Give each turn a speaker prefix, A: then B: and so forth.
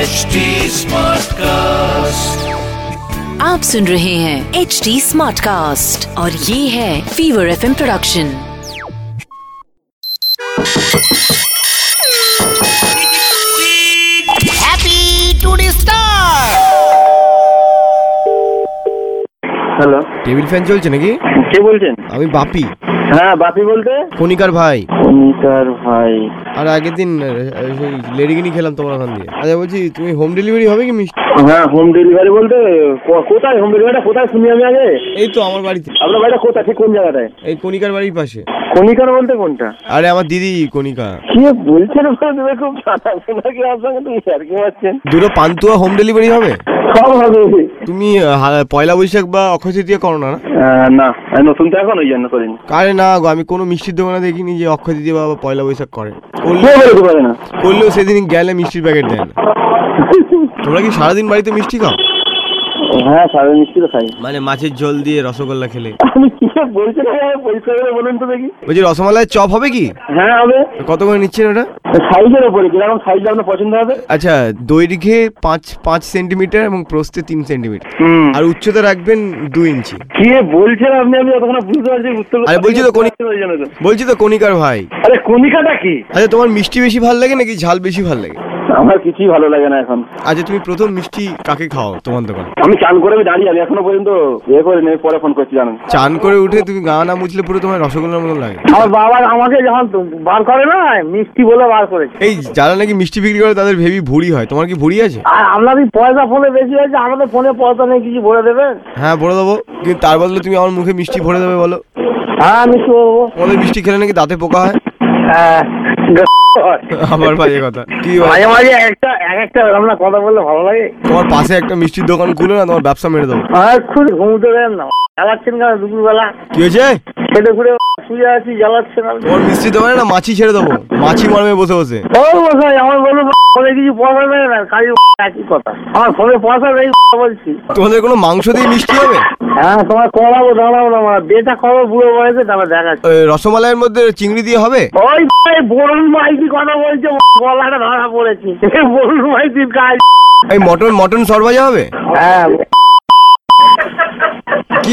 A: HD Smartcast.
B: आप सुन रहे हैं एच डी स्मार्ट कास्ट और ये है fever F production
C: Happy to the star!
D: Hello
E: table fan চলছে নাকি
D: কে বলছেন
E: আমি বাপি
D: হ্যাঁ বাপি বলতে
E: কণিকার ভাই
D: অনিতার ভাই
E: আর আগের দিন আহ, সেই লেডিগিনি খেলাম তোমার ওখান দিয়ে আচ্ছা বলছি তুমি হোম ডেলিভারি হবে কি মিষ্টি
D: হ্যাঁ হোম ডেলিভারি বলতে ক- কোথায় হোম ডেলিভারিটা কোথায় শুনি আমি আগে
E: এই তো আমার বাড়িতে
D: আপনার বাড়িটা কোথায় ঠিক কোন জায়গাটায়
E: এই কণিকার বাড়ির পাশে
D: কণিকার বলতে কোনটা
E: আরে আমার দিদি কণিকা
D: কি বলছেন ভাই, তুমি খুব জানাশোনা কি আপনার সঙ্গে তুমি আর কি মারছেন
E: দুটো পান্তুয়া হোম ডেলিভারি হবে
D: সব হবে
E: তুমি আহ, হা- পয়লা বৈশাখ বা অক্ষয় তৃতীয়া করো না না?
D: আহ, না আমি নতুন তো এখন ওই জন্য করিনি
E: আরে না গো আমি কোনো মিষ্টির দোকানে দেখিনি যে অক্ষয় তৃতীয়া বা পয়লা বৈশাখ করে করলে
D: কে বলতে পারে না
E: করলেও সেদিন গেলে মিষ্টির প্যাকেট দেয় না তোমরা কি সারাদিন বাড়িতে মিষ্টি খাও
D: হ্যাঁ সাড়ে মিষ্টি তো খাই
E: মানে মাছের ঝোল দিয়ে রসগোল্লা খেলে
D: আপনি কি বলছেন ভাই, পরিষ্কার করে বলুন তো দেখি
E: বলছি রসমালাই চপ হবে কি
D: হ্যাঁ হবে
E: কত করে নিচ্ছেন ওটা
D: সাইজের ওপরে কিরকম সাইজ আপনার পছন্দ হবে
E: আচ্ছা দৈর্ঘ্যে পাঁচ পাঁচ সেন্টিমিটার এবং প্রস্থে তিন সেন্টিমিটার
D: হুম
E: আর উচ্চতা রাখবেন দু ইঞ্চি
D: কি বলছেন আপনি আমি অতক্ষণ বুঝতে পারছি বুঝতে
E: আরে বলছি তো কোনি-
D: বুঝতে পারছি না তো।
E: বলছি তো কণিকার ভাই
D: আরে কণিকাটা কি
E: আচ্ছা তোমার মিষ্টি বেশি ভাল লাগে নাকি ঝাল বেশি ভাল লাগে
D: আমার কিছুই ভালো লাগে না এখন
E: আচ্ছা তুমি প্রথম মিষ্টি কাকে খাও তোমার দোকান
D: আমি চান করে আমি দাঁড়িয়ে আমি এখনো পর্যন্ত ইয়ে করে নেই পরে ফোন করছি জানেন
E: চান করে উঠে তুমি গা না মুছলে পুরো তোমার রসগোল্লার মতন লাগে
D: আমার বাবা আমাকে যখন বার করে না মিষ্টি বলে বার করেছে
E: এই যারা নাকি মিষ্টি বিক্রি করে তাদের ভেবি ভুড়ি হয় তোমার কি ভুড়ি আছে
D: আর আপনাদের পয়সা ফোনে বেশি হয়েছে আমাদের ফোনে পয়সা নেই কিছু ভরে দেবেন
E: হ্যাঁ ভরে দেবো কিন্তু তার বদলে তুমি আমার মুখে মিষ্টি ভরে দেবে বলো
D: হ্যাঁ আমি শুনবো
E: তোমাদের মিষ্টি খেলে নাকি দাঁতে পোকা হয়
D: হ্যাঁ
E: আমার ভাই কথা কি ভাই,
D: মাঝে মাঝে একটা এক একটা আমরা কথা বললে ভালো লাগে
E: তোমার পাশে একটা মিষ্টির দোকান খুলে না তোমার ব্যবসা মেরে দেবো
D: আর খুব ঘুমতে দেন না জ্বালাচ্ছেন কেন দুপুরবেলা
E: কি হয়েছে
D: খেতে ঘুরে শুয়ে আছি জ্বালাচ্ছেন আপনি
E: ওর মিষ্টি দোকানে না মাছি ছেড়ে দেবো মাছি মারবে বসে বসে
D: বল বসাই আমার বলো ফোনে কিছু পয়সা দেয় না কাজে একই কথা আমার ফোনে পয়সা নেই বলছি
E: তোমাদের কোনো মাংস দিয়ে মিষ্টি হবে
D: হ্যাঁ তোমার করাবো দাঁড়াবো না আমার বেটা খবর বুড়ো বয়সে তারপর দেখাচ্ছি
E: ওই রসমালাইয়ের মধ্যে চিংড়ি দিয়ে হবে
D: ওই ভাই বরুণ মাইতি কথা বলছে গলাটা ধরা পড়েছে বরুণ মাইতির কাজ
E: এই মটন মটন সরবাজা হবে
D: হ্যাঁ
E: কি